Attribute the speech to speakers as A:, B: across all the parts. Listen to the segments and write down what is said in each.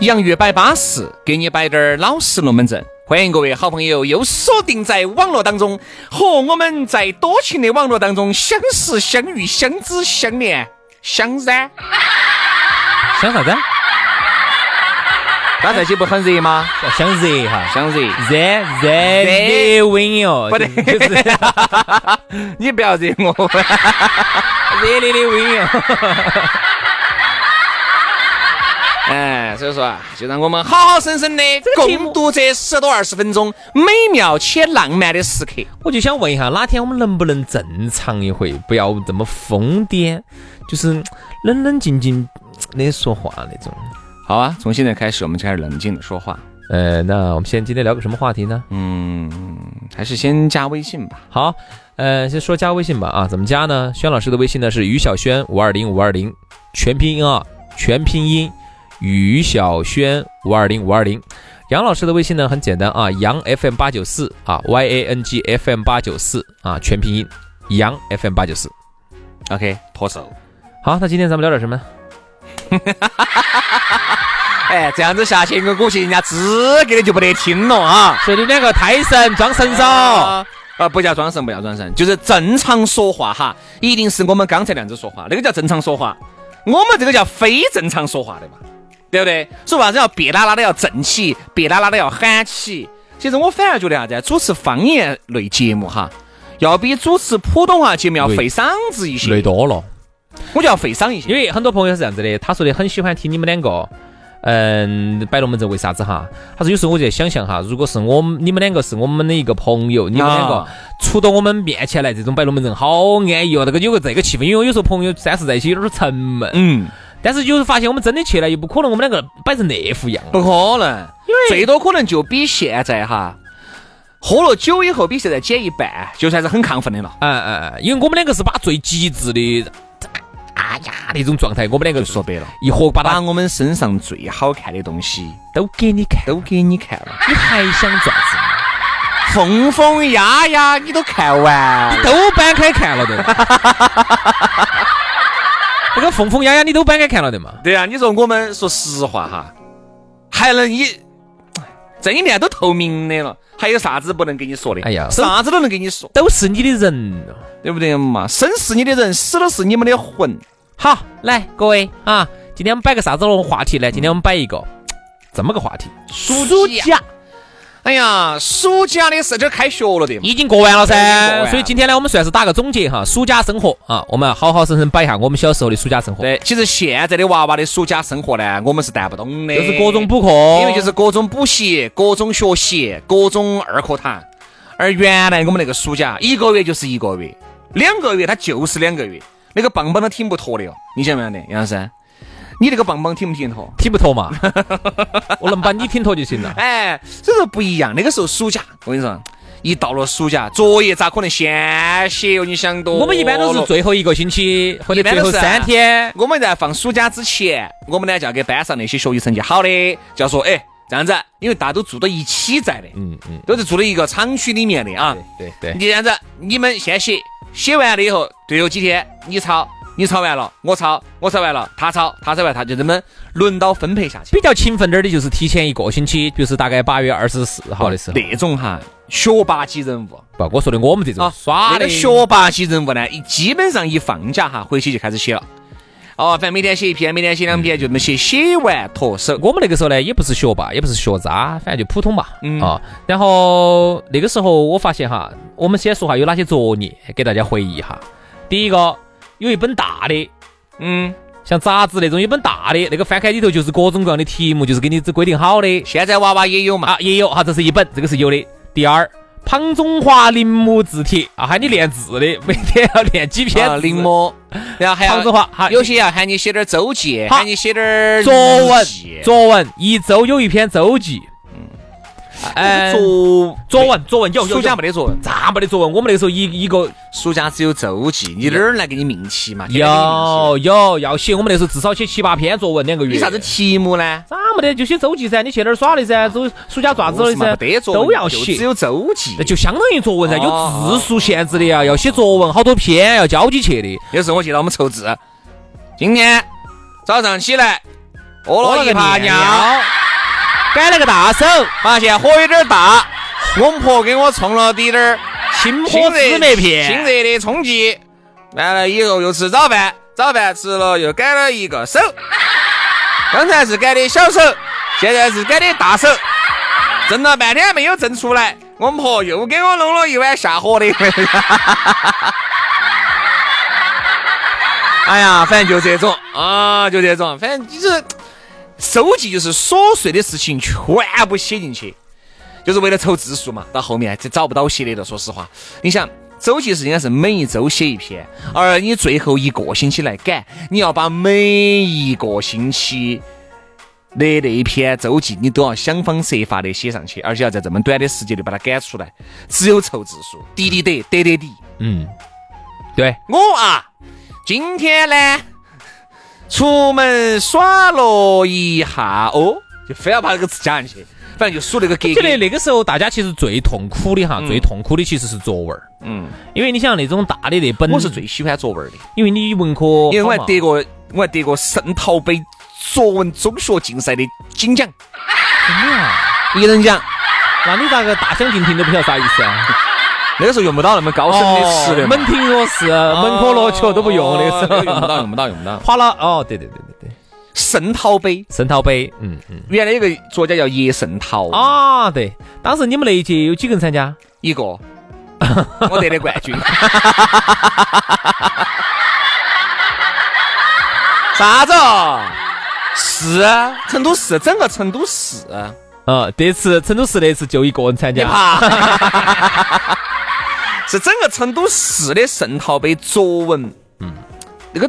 A: 洋芋摆巴适，给你摆点儿老实龙门阵。欢迎各位好朋友又锁定在网络当中，和我们在多情的网络当中相识、相遇、相知、相恋、相噻。
B: 想啥子？
A: 大家这不很热吗？
B: 想热哈，
A: 相热。
B: 热热热温哟，
A: 不对
B: 就是
A: 你不要惹我。
B: 热烈的温哟。
A: 哎，所以说啊，就让我们好好生生的共度这十多二十分钟美妙且浪漫的时刻。
B: 我就想问一下，哪天我们能不能正常一回，不要这么疯癫，就是嗯冷冷静静的说话那种。
A: 好啊，从现在开始，我们就开始冷静的说话。
B: 呃，那我们先今天聊个什么话题呢？
A: 嗯，还是先加微信吧。
B: 好，呃，先说加微信吧啊，怎么加呢？轩老师的微信呢是于小轩五二零五二零，全拼音啊，全拼音于小轩五二零五二零。杨老师的微信呢很简单啊，杨 FM 八九四啊，Y A N G F M 八九四啊，全拼音杨 FM 八九四。
A: OK，脱手。
B: 好，那今天咱们聊点什么？
A: 哎，这样子下去，我估计人家资格的就不得听了啊！
B: 说你们两个太神装神手，
A: 啊，不叫装神，不叫装神，就是正常说话哈，一定是我们刚才那样子说话，那个叫正常说话，我们这个叫非正常说话的嘛，对不对？说啥子要别啦啦的要正起，别啦啦的要喊起。其实我反而觉得啥子啊，主持方言类节目哈，要比主持普通话节目要
B: 累
A: 费嗓子一
B: 累
A: 些，
B: 多了。
A: 我就要费嗓一些
B: 因。为很多朋友是这样子的，他说的很喜欢听你们两个，嗯，摆龙门阵为啥子哈？他说有时候我就在想象哈，如果是我们你们两个是我们的一个朋友，你们两个
A: 啊
B: 出到我们面前来，这种摆龙门阵好安逸哦，那个有个这个气氛，因为有时候朋友三四在一起有点沉闷，
A: 嗯，
B: 但是就是发现我们真的去了，又不可能我们两个摆成那副样了。
A: 不可能，最多可能就比现在哈，喝了酒以后比现在减一半，就是还是很亢奋的了。
B: 嗯嗯，嗯因为我们两个是把最极致的，啊呀那种状态，我们两个
A: 说白了，
B: 一伙把
A: 把
B: 它
A: 我们身上最好看的东西
B: 都给你看，
A: 都给你看了，
B: 你还想咋子？
A: 疯疯丫丫你都看完了，
B: 都搬开看了 的。那个疯疯丫丫，你都搬开看了的嘛？
A: 对呀、你说我们说实话哈，还能一这一面都透明的了，还有啥子不能跟你说的？
B: 哎呀
A: 啥子都能跟你说，
B: 都是你的人。
A: 对不对嘛？生是你的人，死的是你们的魂。
B: 好，来各位啊，今天我们摆个啥子话题
A: 嗯
B: 呢？今天我们摆一个这么个话题：
A: 暑假，哎呀，暑假的事就开学了的嘛。
B: 已经过完了
A: 已经过完
B: 噻。
A: 了
B: 所以今天呢，我们算是打个总结哈，暑假生活啊，我们好好生生摆一下我们小时候的暑假生活，
A: 对，其实现在的娃娃的暑假生活呢，我们是带不懂的，
B: 就是各种补课，
A: 因为就是各种补习、各种学习、各种二课堂。而原来我们那个暑假，一个月就是一个月，两个月它就是两个月，那个棒棒都挺不脱的哦。你晓不晓得，杨老师？你那个棒棒挺不挺脱？
B: 听不透 嘛，我能把你听透就行了。
A: 哎，所以说不一样。那个时候暑假，我跟你说，一到了暑假，作业咋可能先写哦哟？你想多了。
B: 我们一般都是最后一个星期或者
A: 一般
B: 最
A: 都
B: 后
A: 是啊
B: 三天，
A: 我们在放暑假之前，我们呢就要给班上那些学习成绩好的，就要说，哎，这样子，因为大家都住到一起在的，嗯嗯，都是住到一个厂区里面的啊。
B: 对对
A: 你这样子，你们先写，写完了以后，最后几天你抄，你抄完了，我抄，我抄完了，他抄，他抄完，他就这么轮到分配下去。
B: 比较勤奋点儿的就是提前一个星期，就是大概八月二十四号的时候。
A: 那种哈，学霸级人物。
B: 不，我说的我们这种
A: 啊，
B: 耍
A: 那
B: 的
A: 个学霸级人物呢，一基本上一放假哈，回去就开始写了。哦，反正每天写一篇，每天写两篇，就这么写，写完脱手。
B: 我们那个时候呢，也不是学霸，也不是学渣，反正就普通吧，
A: 嗯
B: 啊。然后那个时候我发现哈，我们先说下有哪些作业，给大家回忆一下。第一个有一本大的，
A: 嗯，
B: 像杂志那种，有本大的，那个翻开里头就是各种各样的题目，就是给你规定好的
A: 现在娃娃也有嘛，
B: 啊，也有哈，这是一本，这个是有的。第二，庞中华临摹字帖啊，喊你练字的，每天要练几篇
A: 啊
B: 字
A: 临，摹，然后还
B: 庞中
A: 要
B: 华哈，
A: 有些要喊你写点周记，
B: 好
A: 喊你写点
B: 作文
A: 日记，
B: 作文一周有一篇周记，嗯，
A: 作
B: 作文作文有有
A: 暑假没得作文，
B: 咋没得作文？我们那个时候一一个
A: 暑假只有周记，你哪儿来给你命题嘛？天天给你命
B: 有有要写，我们那时候至少写七八篇作文，两个
A: 题
B: 月。
A: 有啥子？题目呢？
B: 咋没得？就写周记噻，你去哪儿耍的噻，周暑假做啥子
A: 我
B: 了
A: 是嘛
B: 噻，
A: 没得作文
B: 都要
A: 就
B: 写
A: 只。有周记
B: 那。就相当于作文噻，
A: 哦
B: 有字数限制的呀，要写作文好多篇，要交起去的。
A: 有时候我记得我们凑字，今天早上起来屙了一泡尿，
B: 改了个大手，
A: 发现火有点大， 我们婆给我冲了滴点儿
B: 清
A: 清
B: 火
A: 热
B: 紫梅
A: 清
B: 片，
A: 热的冲剂，完了以后又吃早饭，早饭吃了又改了一个手，刚才是改的小手，现在是改的大手，蒸了半天没有蒸出来，我们婆又给我弄了一碗下火的。 哎呀，反正就这种啊，就这种，反正就是收集，就是琐碎的事情全部写进去。就是为了凑字数嘛。到后面这找不到写的了，说实话，你想。周记是应该是每一周写一篇，而你最后一个星期来赶，你要把每一个星期的那一篇周记，你都要想方设法的写上去，而且要在这么短的时间内把它赶出来，只有凑字数，滴滴得得得滴。
B: 嗯，对，
A: 我啊，今天呢，出门耍了一下哦，就非要把那个字加上去，反正就数那个格
B: 觉得
A: 格。
B: 那个时候大家其实最痛苦的哈，最痛苦的其实是作文儿，
A: 嗯，
B: 因为你想那种大的那本，
A: 我是最喜欢作文的。
B: 因为你文科好嘛，
A: 因为我还得过，我还得过圣陶杯作文中学竞赛的金奖、
B: 真的啊
A: 一人奖。
B: 那你咋个大相径庭都不晓得啥意思啊？哦
A: 那个时候用不到那么高深的词哦的，哦哎
B: 门庭若市，门可罗雀都不用那个时
A: 用不
B: 候。
A: 到，用不到，用不到。
B: 花了哦，对对对对对，
A: 圣陶杯，
B: 圣陶杯，嗯嗯
A: 原来有个作家叫叶圣陶，
B: 啊，对，当时你们那一届有几个人参加？
A: 一个，我得的冠军。 啥子哦？是啊成都市，整个成都市，
B: 啊，这次成都市那次就一个人参
A: 你
B: 加，
A: 怕？ 是整个成都市的圣陶杯作文，嗯，那个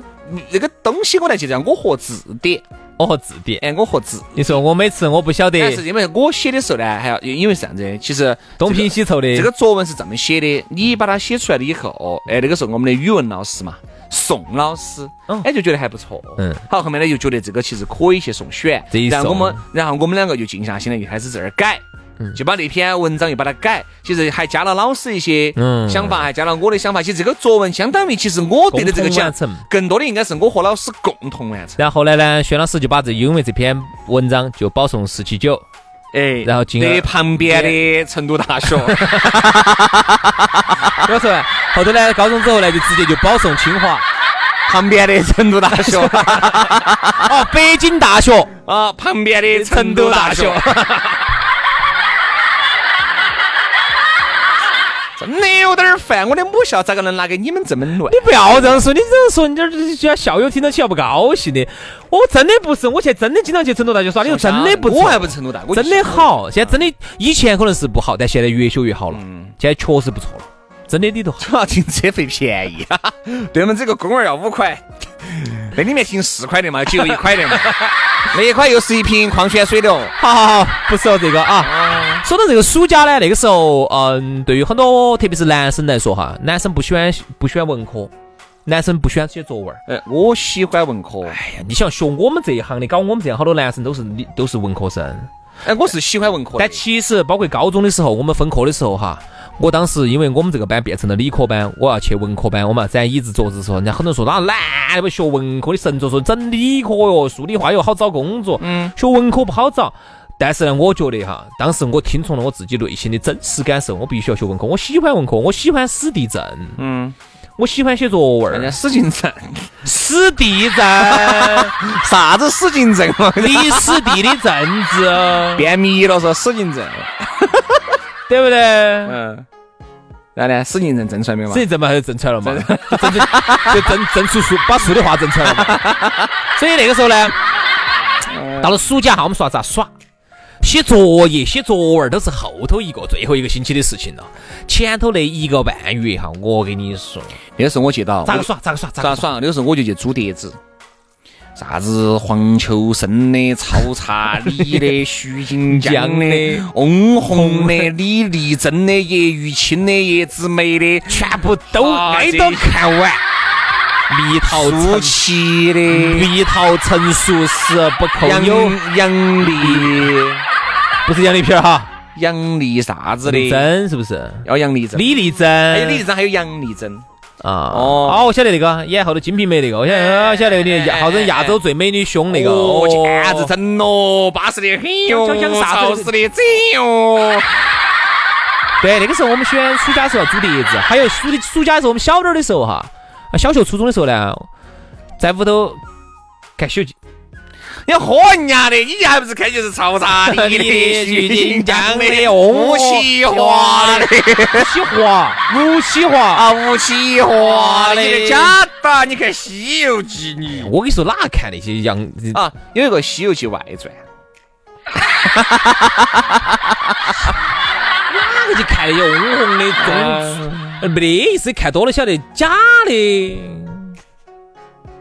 A: 那个东西我来记得，我和字典，
B: 我和哦字典。
A: 哎，我和字，
B: 你说我每次我不晓
A: 但
B: 得
A: 是因为我写的时候呢，还要因为是这样子的，其实
B: 东拼
A: 西。
B: 西凑的，
A: 这个作文是这么写的，你把它写出来了以后，哎，那个时候我们的语文老师嘛，宋老师
B: 嗯，
A: 哎，就觉得还不错。
B: 嗯，
A: 好，后面呢就觉得这个其实可以去送选
B: 这一，
A: 然后我
B: 送
A: 们，然后我们两个就静下心来，就开始在这儿改。
B: 嗯
A: 就把那篇文章又把它改，其实还加了老师一些
B: 嗯
A: 想法，还加了我的想法。其实这个作文相当于，其实我得的
B: 共
A: 这个
B: 同
A: 奖
B: 完成，
A: 更多的应该是我和老师共同完成。
B: 然后后来呢，轩老师就把这因为这篇文章就保送四 七九，
A: 哎，
B: 然后进而
A: 对旁边的成都大学，
B: 我说后头呢，高中之后呢就直接就保送清华，
A: 旁边的成都大学
B: 哦，北京大学，
A: 啊，旁边的成
B: 成
A: 都
B: 都
A: 大
B: 大
A: 学
B: 学。
A: 真的有点儿烦，我的母校咋个能拿给你们这么乱？
B: 你不要这样说，你这样说，你这儿这校友听到起要不高兴的。我真的不是，我现在真的经常去成都大学耍，你说哎真的不错，
A: 我还不是成都大，我就
B: 真的好。现在真的，以前可能是不好，但现在越修越好了，
A: 嗯
B: 现在确实不错了，真的里头好。
A: 主要停车费便宜， 对我们这个公园要五块，那里面停四块的嘛，只有一块的嘛， 那一块又是一瓶矿泉水的哦。
B: 好好好，不说这个啊。说到这个暑假呢，那个时候，嗯，对于很多特别是男生来说哈，男生不喜欢不喜欢文科，男生不喜欢写作文。
A: 哎，我喜欢文科，哦
B: 哎呀，你想学我们这一行的，搞我们这样好多男生都是理都是文科生。
A: 哎，我是喜欢文科的
B: 但。其实包括高中的时候，我们分科的时候哈，我当时因为我们这个班变成了理科班，我要去文科班，我们要展椅子桌子的时候，人家很多人说那男的不学文科的神作，说整理科哟，数理化哟好找工作，嗯，学文科不好找。但是呢，我觉得哈，当时我听从了我自己内心的真实感受，我必须要学文科。我喜欢文科，我喜欢史地政，
A: 嗯，
B: 我喜欢写作文
A: 人家
B: 儿，
A: 哎史进证，
B: 史地政、
A: 啥子史进证嘛？
B: 历史地理政治，
A: 变迷了说史进证，
B: 对不对？
A: 嗯，然后呢，史进证证出来没有嘛
B: 所？以这嘛还是挣出来了嘛，就挣 就挣挣出树，把树的话挣出来了嘛。 所以那个时候呢，到了暑假哈，我们耍咋耍？写作业、写作文都是后头一个、最后一个星期的事情了。前头那一个半月哈，我跟你说，
A: 那个时候我记得啊，
B: 咋
A: 我
B: 个耍？咋个耍？咋
A: 咋
B: 个耍？
A: 耍？那个时候我就去租碟子，啥子黄秋生的、曹查理的、徐 锦江的、翁虹的、李丽珍的、叶玉卿的、叶子梅 的、
B: 全部都挨着看完。蜜桃
A: 舒
B: 成，
A: 淇的、
B: 蜜桃成熟时不扣
A: 杨
B: 有，
A: 杨丽、
B: 不是杨丽萍儿哈，
A: 杨丽啥子
B: 丽
A: 的，
B: 珍是不是？
A: 要杨丽珍，
B: 李丽珍，
A: 还有李丽珍，还有杨丽珍。
B: 啊
A: 哦
B: 哦，我晓得那个演后头《金瓶梅》那个，我晓得，我晓得那个亚号称亚洲最美女胸那个，
A: 哦，
B: 哦
A: 简直真咯，巴适的很哟，
B: 讲讲啥子
A: 潮湿哦的真哟。
B: 对，那个时候我们喜欢暑假时候要煮碟子，还有暑的暑假的时候，我们小点儿的时候哈，啊小学、初中的时候呢，在屋头看《西游记
A: 你要喝人家的，你还不是开就是潮 茶的、徐锦江的、吴启华 的》，哦
B: 吴启华，吴启华，
A: 啊，吴启华的，你的假的，你看《西游记》你
B: 我跟你说哪看那些洋
A: 啊，有一个《西游记外传》，
B: 哪个去看那些翁虹的中，呃没得意思，看多了晓得假的。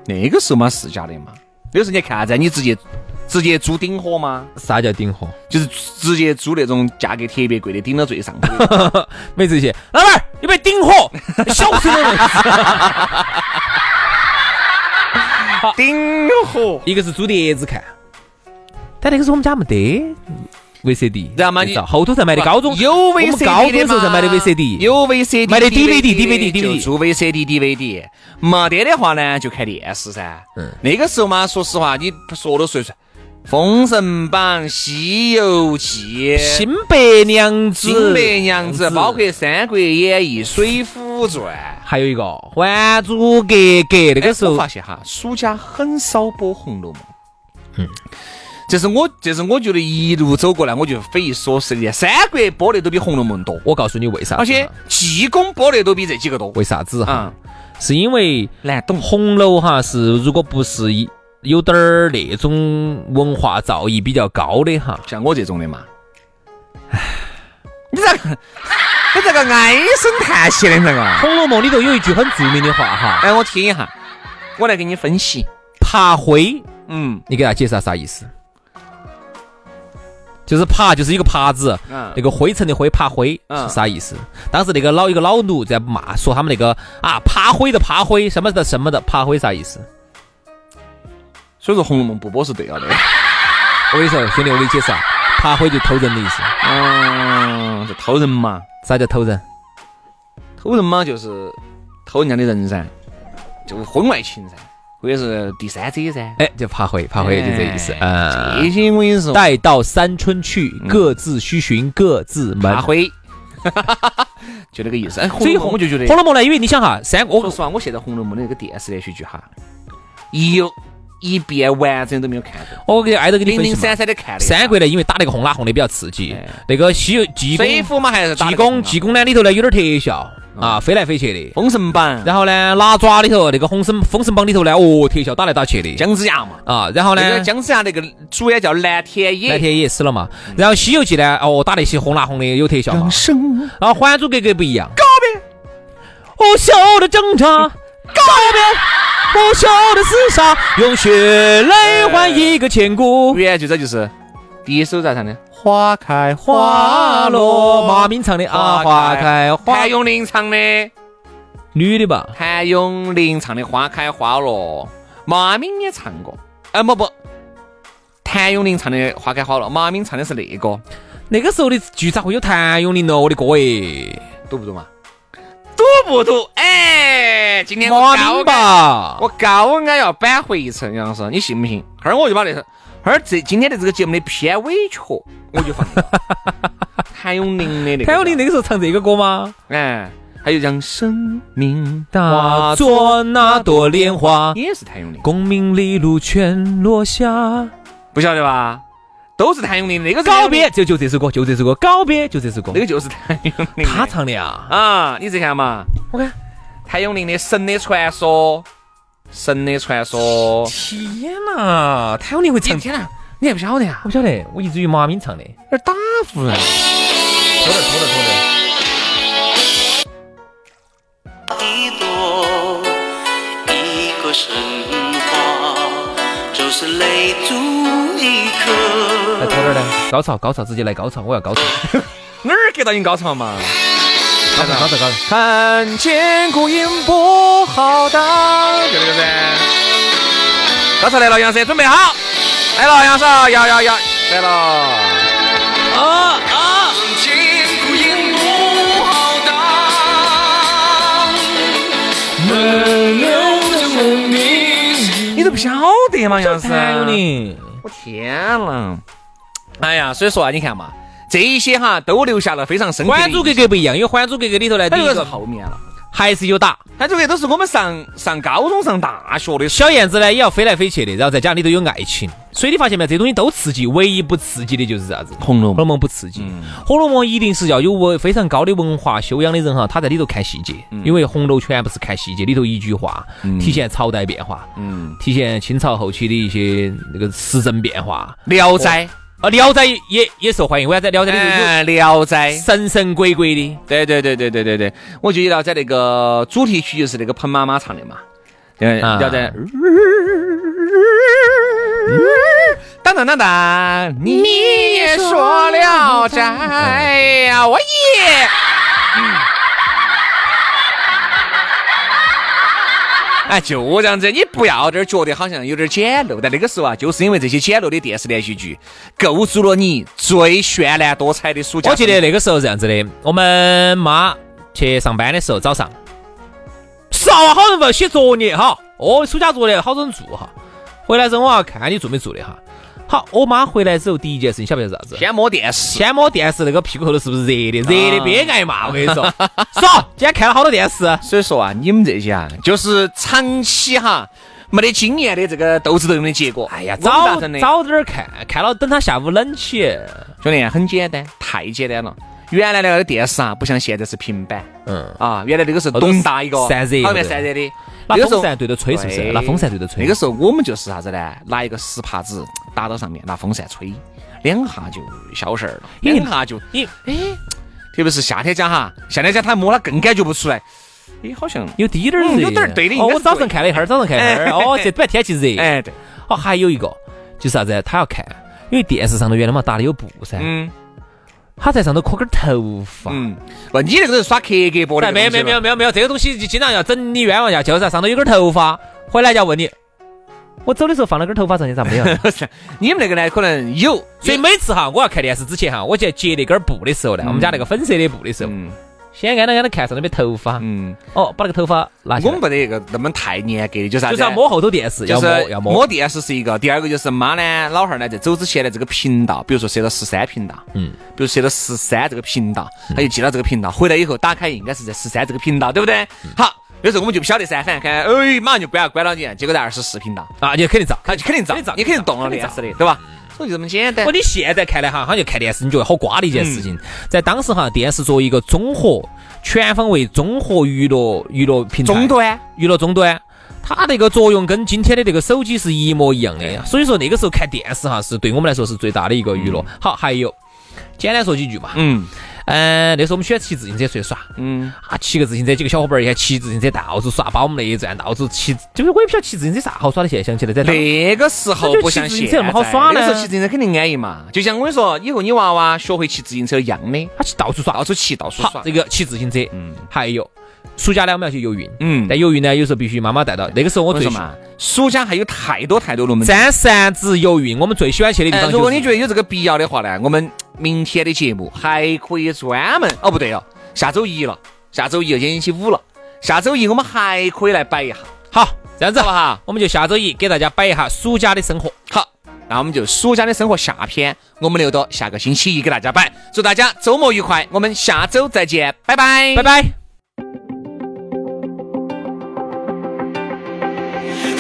A: 那个时候嘛是假的嘛，那个时候你看啥子啊？你直接直接租顶火吗？
B: 啥叫顶货？
A: 就是直接租那种价格特别贵的，顶到最上头 的。
B: 没这些。老板儿，你别顶 火，小哦声点。
A: 顶火。
B: 一个是租碟子看，但那个时候我们家没得 VCD，
A: 然后嘛你
B: 后头才买的哎高中
A: 有
B: 我们
A: VCD
B: 高中的时候才买的
A: 嘛
B: VCD，
A: 有 VCD，
B: 买的 DVD
A: 就出 VCD、DVD，没得的话呢就看电视噻。嗯，那个时候嘛，说实话，你不说都说出来，《封神榜》《西游记》《
B: 新白娘子、
A: 金白娘子》，包括《三国演义》《水浒传》。
B: 还有一个《还珠格格》，那个时
A: 哎我
B: 候
A: 发现哈，暑假很少播《红楼梦》。嗯，这是我，这是我觉得一路走过来，我就匪夷所思的一点。三国播的都比《红楼梦》多。
B: 我告诉你为啥子哈，
A: 而且济公播的都比这几个多。
B: 为啥子哈
A: 啊，，
B: 是因为
A: 难懂。
B: 红楼哈是如果不是一有点儿那种文化造诣比较高的哈，
A: 像我这种的嘛，你咋个， 你咋个唉声叹气的那
B: 《
A: 个？
B: 红楼梦》里头有一句很著名的话哈
A: 哎，我听一下，我来给你分析。：“
B: 爬灰
A: 嗯
B: 你给大家解释下啥意思？就是爬，就是一个耙子，
A: 嗯
B: 那个灰尘的灰，爬灰
A: 嗯
B: 是啥意思？当时那个老一个老奴在骂，说他们那个啊爬灰的爬灰，什么的什么的爬灰啥意思？
A: 所以说《红楼梦》不播是对了的。
B: 我跟你说，兄弟，我给你解释啊，爬灰就偷人的意思。
A: 嗯，就偷人嘛，
B: 啥叫偷人？
A: 偷人嘛就是偷人家的人噻，就婚外情噻，或者是第三者�噻。
B: 哎，就爬灰，爬灰就这意思。
A: 哎
B: 嗯，
A: 这些我跟你说，
B: 待到三春去，各自须寻各自门
A: 大。灰， 就那个意思。哎，
B: 所以
A: 我就觉得
B: 红楼梦》呢，因为你想哈，三
A: 说
B: 我
A: 实话，我现在《红楼梦》的那个电视连续剧哈，一一遍完整都没有看过，
B: 我给挨着给你
A: 零
B: 分析
A: 零
B: 嘛
A: 散散的看的。
B: 三国呢，因为打那个红拉红的比较刺激
A: 哎，
B: 那个西游济公
A: 水浒嘛还是打
B: 济
A: 得啊嗯更
B: 公，
A: 好
B: 济公呢里头呢有点特效啊，飞来飞去的。
A: 封神榜，
B: 然后呢，哪吒里头那个《封神封神榜》里头呢，哦，特效打来打去的
A: 姜子牙嘛，
B: 啊。然后呢
A: 那，个姜子牙那个主演叫蓝田野，
B: 蓝天也死了嘛。
A: 嗯
B: 然后《西游记》呢，哦，打那些红辣红的有特效嘛。然后《还珠格格》不一样。告别我笑的挣扎，告别我笑的厮杀，用血泪换一个千古。
A: 原来最早就是第一首咋唱的？
B: 花开
A: 花落
B: 马明唱的啊，花
A: 花
B: 开
A: 开
B: 花
A: 谭，咏麟唱的，
B: 女的吧？
A: 谭咏麟唱的《花开花落》，马敏也唱过，哎不不，谭咏麟唱的《花开花落》，马敏唱的是那个，
B: 那个时候的剧咋会有谭咏麟咯？我的哥哎！
A: 赌不赌嘛？赌不赌？哎，今天我
B: 马
A: 高
B: 啊明
A: 吧，
B: 吧，
A: 我高矮要扳回一城，杨老师，你信不信？后儿我就把那首，而这今天的这个节目的片尾曲，我 就放这个谭咏麟的那个。
B: 谭咏麟那个时候唱这个歌吗？
A: 哎，还有让生命
B: 化
A: 化作
B: 作那朵莲花，
A: 也是谭咏麟，
B: 功名利禄全落下。
A: 不晓得吧？都是谭咏麟，那个是谭
B: 告
A: 咏麟
B: 别，，就就这首歌，就这首歌，告别，就这首歌
A: 那。个就是谭咏麟。
B: 他唱的啊，
A: 啊，你再看嘛，
B: 我看
A: 谭咏麟的《神的传说》，《神的传说》，
B: 天哪，谭咏麟会唱？
A: 天哪，你还不晓得啊
B: 我？不晓得，我一直以为马敏唱的。
A: 有点打呼了。
B: 偷点，偷点，偷
A: 哎
B: 点。
C: 一朵一个神话，就是泪珠一颗。
A: 哎
B: 来，偷点来，高潮，高潮，直接来高潮，我要高潮，
A: 哪儿给到你高潮嘛？
B: 高潮，高潮，高潮。
A: 看千古烟波浩荡，就这个噻。高潮来了，杨师，准备好，来了，杨师，要要要，来了。啊啊！千古烟波浩荡，你都不晓得嘛，杨师？
B: 谭咏麟，
A: 我天呐！哎呀，所以说啊，你看嘛，这一些哈都留下了非常深
B: 《
A: 刻的。
B: 还珠格格》不一样，有《还珠格格》里头呢，
A: 它
B: 第
A: 这
B: 一
A: 哎个是
B: 个
A: 后面了，
B: 还是有打。
A: 它这个都是我们上上高中、上大学的时
B: 小燕子呢也要飞来飞去的，然后再加上里头有爱情，所以你发现没有，这东西都刺激，唯一不刺激的就是啥子？
A: 候。红楼
B: 《红楼梦》不刺激，
A: 嗯
B: 红楼梦》一定是要有文非常高的文化修养的人哈，他在里头看细节，
A: 嗯
B: 因为红楼全部是看细节，里头一句话体现朝代变化，
A: 嗯，
B: 体现清朝后期的一些那个时政变化。
A: 《聊斋》
B: 啊，《聊斋》也也受欢迎，为啥子《聊斋》里头
A: 哦哎，《聊斋
B: 有》神神鬼鬼的？
A: 对对对对对对对，我就记得在那个主题曲就是那个彭妈妈唱的嘛，嗯，
B: 啊
A: 聊斋。当当当当，你也说聊斋
B: 嗯
A: 呀，我也。嗯哎，就这样子，你不要这儿觉得好像有点简陋，但那个时候啊，就是因为这些简陋的电视连续剧，构筑了你最绚烂多彩的暑假。
B: 我记得那个时候是这样子的，我们妈去上班的时候早上，是啊，好人不写作业哈，哦，暑假作业好多人做哈。回来之后我要看你做没做的哈。好，我妈回来之后第一件事，你晓不晓得啥子？
A: 先摸电视，
B: 先摸电视那个屁股后头是不是热的？热的别挨骂，我跟你说。 说，今天看了好多电视，
A: 所以说啊，啊你们这些啊，就是长期哈没得经验的这个斗智斗勇的结果。哎呀
B: 早
A: 的
B: 早点儿看，看了等他下午冷起。
A: 兄弟很简单，太简单了。原来那个电视啊，不像现在是平板
B: 嗯，
A: 啊，原来那个是
B: 哦都
A: 咚大一个，
B: 散热
A: 好面
B: 对
A: 散热的。
B: 拿
A: 那个时
B: 风
A: 候
B: 扇对着吹是不是？
A: 对
B: 拿风扇对着吹。
A: 那个时候我们就是啥子呢？拿一个石耙子打到上面，拿风扇吹，两下就消失了，
B: 因为
A: 两下就。哎
B: 因为
A: 特别是夏天家哈，夏天家它摸它更感觉不出来，哎，好像
B: 有滴点儿热，
A: 嗯有点儿对的
B: 哦，
A: 应该
B: 我
A: 是
B: 早上看了一会儿，早上看了一会儿。哦， 这本来天气热。
A: 哎对，
B: 哦，还有一个就是啥子？他要看，因为电视上头原来嘛打的有布噻，
A: 嗯
B: 他在上头磕根头发。
A: 嗯，不，你那个是耍克格勃的
B: 哎，
A: 东西吧，
B: 没有没有没有没有没有，这个东西就经常要整你冤枉要，就是上头有根头发，回来就要问你，我走的时候放了根头发上去咋没有？
A: 你们那个呢，可能有，
B: 所以每次哈，我要看电视之前哈，我去接那根布的时候呢，我们家那个粉色的布的时候，
A: 嗯
B: 先挨着挨着看上头的头发，
A: 嗯，
B: 哦，把那个头发拿下来
A: 我们，不得一个那么太严格的，就是啥
B: 就
A: 子
B: 是要摸后头电视，
A: 就
B: 要
A: 是
B: 摸要摸，
A: 摸电视是一个，第二个就是妈呢，老汉儿呢在走之前的这个频道，比如说设到十三频道，
B: 嗯，
A: 比如设到十三这个频道，他就记到这个频道，回来以后打开应该是在十三这个频道，对不对？好，有时候我们就不晓得噻，反正看，哎，马上就关了，关了你，结果在二十四频道，
B: 啊，就肯定照。
A: 他就肯定
B: 肯定
A: 照
B: 照，
A: 你肯定动了
B: 肯定
A: 电
B: 照
A: 视的，对吧？所以就这么 简单
B: 不，。你现在看来哈，好像看电视，你觉得好瓜的一件事
A: 嗯
B: 情。在当时哈，电视作为一个综合、全方位综合娱乐娱乐平台，
A: 终端，
B: 娱乐终端，它那个作用跟今天的这个手机是一模一样的。所以说那个时候看电视哈，是对我们来说是最大的一个娱乐。好，还有简单说几句嘛。
A: 嗯
B: 嗯、那时候我们喜欢骑自行车出去耍。
A: 嗯，
B: 啊，骑个自行车，几个小伙伴儿也骑自行车到处耍，把我们那一转到处骑，就是我也不晓得骑自行车啥好耍的。现在想起来，在当
A: 那个时候不像现在，
B: 那就骑自行车那么好耍呢
A: 那个时候骑自行车肯定安逸嘛。就像我跟你说，以后你娃娃学会骑自行车一样的，
B: 啊他去到处耍，
A: 到处骑，到处
B: 好
A: 耍，
B: 这。个骑自行车，嗯，还有暑假呢，我们要去游泳，
A: 嗯
B: 但游泳呢，有时候必须妈妈带到。那个时候我
A: 我跟
B: 最
A: 你说
B: 喜
A: 嘛，暑假还有太多太多龙门阵。
B: 沾扇子游泳，我们最喜欢去的地
A: 哎
B: 方就是。
A: 如果你觉得有这个必要的话呢，我们明天的节目还可以专门哦，不对哦，下周一了，下周一又今天星期五了，下周一我们还可以来摆一下，
B: 好，这样子
A: 好不好？
B: 我们就下周一给大家摆一下暑假的生活。
A: 好，那我们就暑假的生活下篇，我们留到下个星期一给大家摆。祝大家周末愉快，我们下周再见，拜拜，
B: 拜。拜。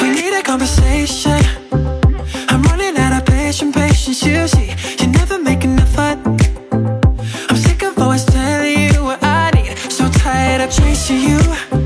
D: We need a conversation. I'm running out of patience, patience. You see, you never make enough. I, I'm sick of always telling you what I need. So tired of chasing you. oh, oh, oh, oh,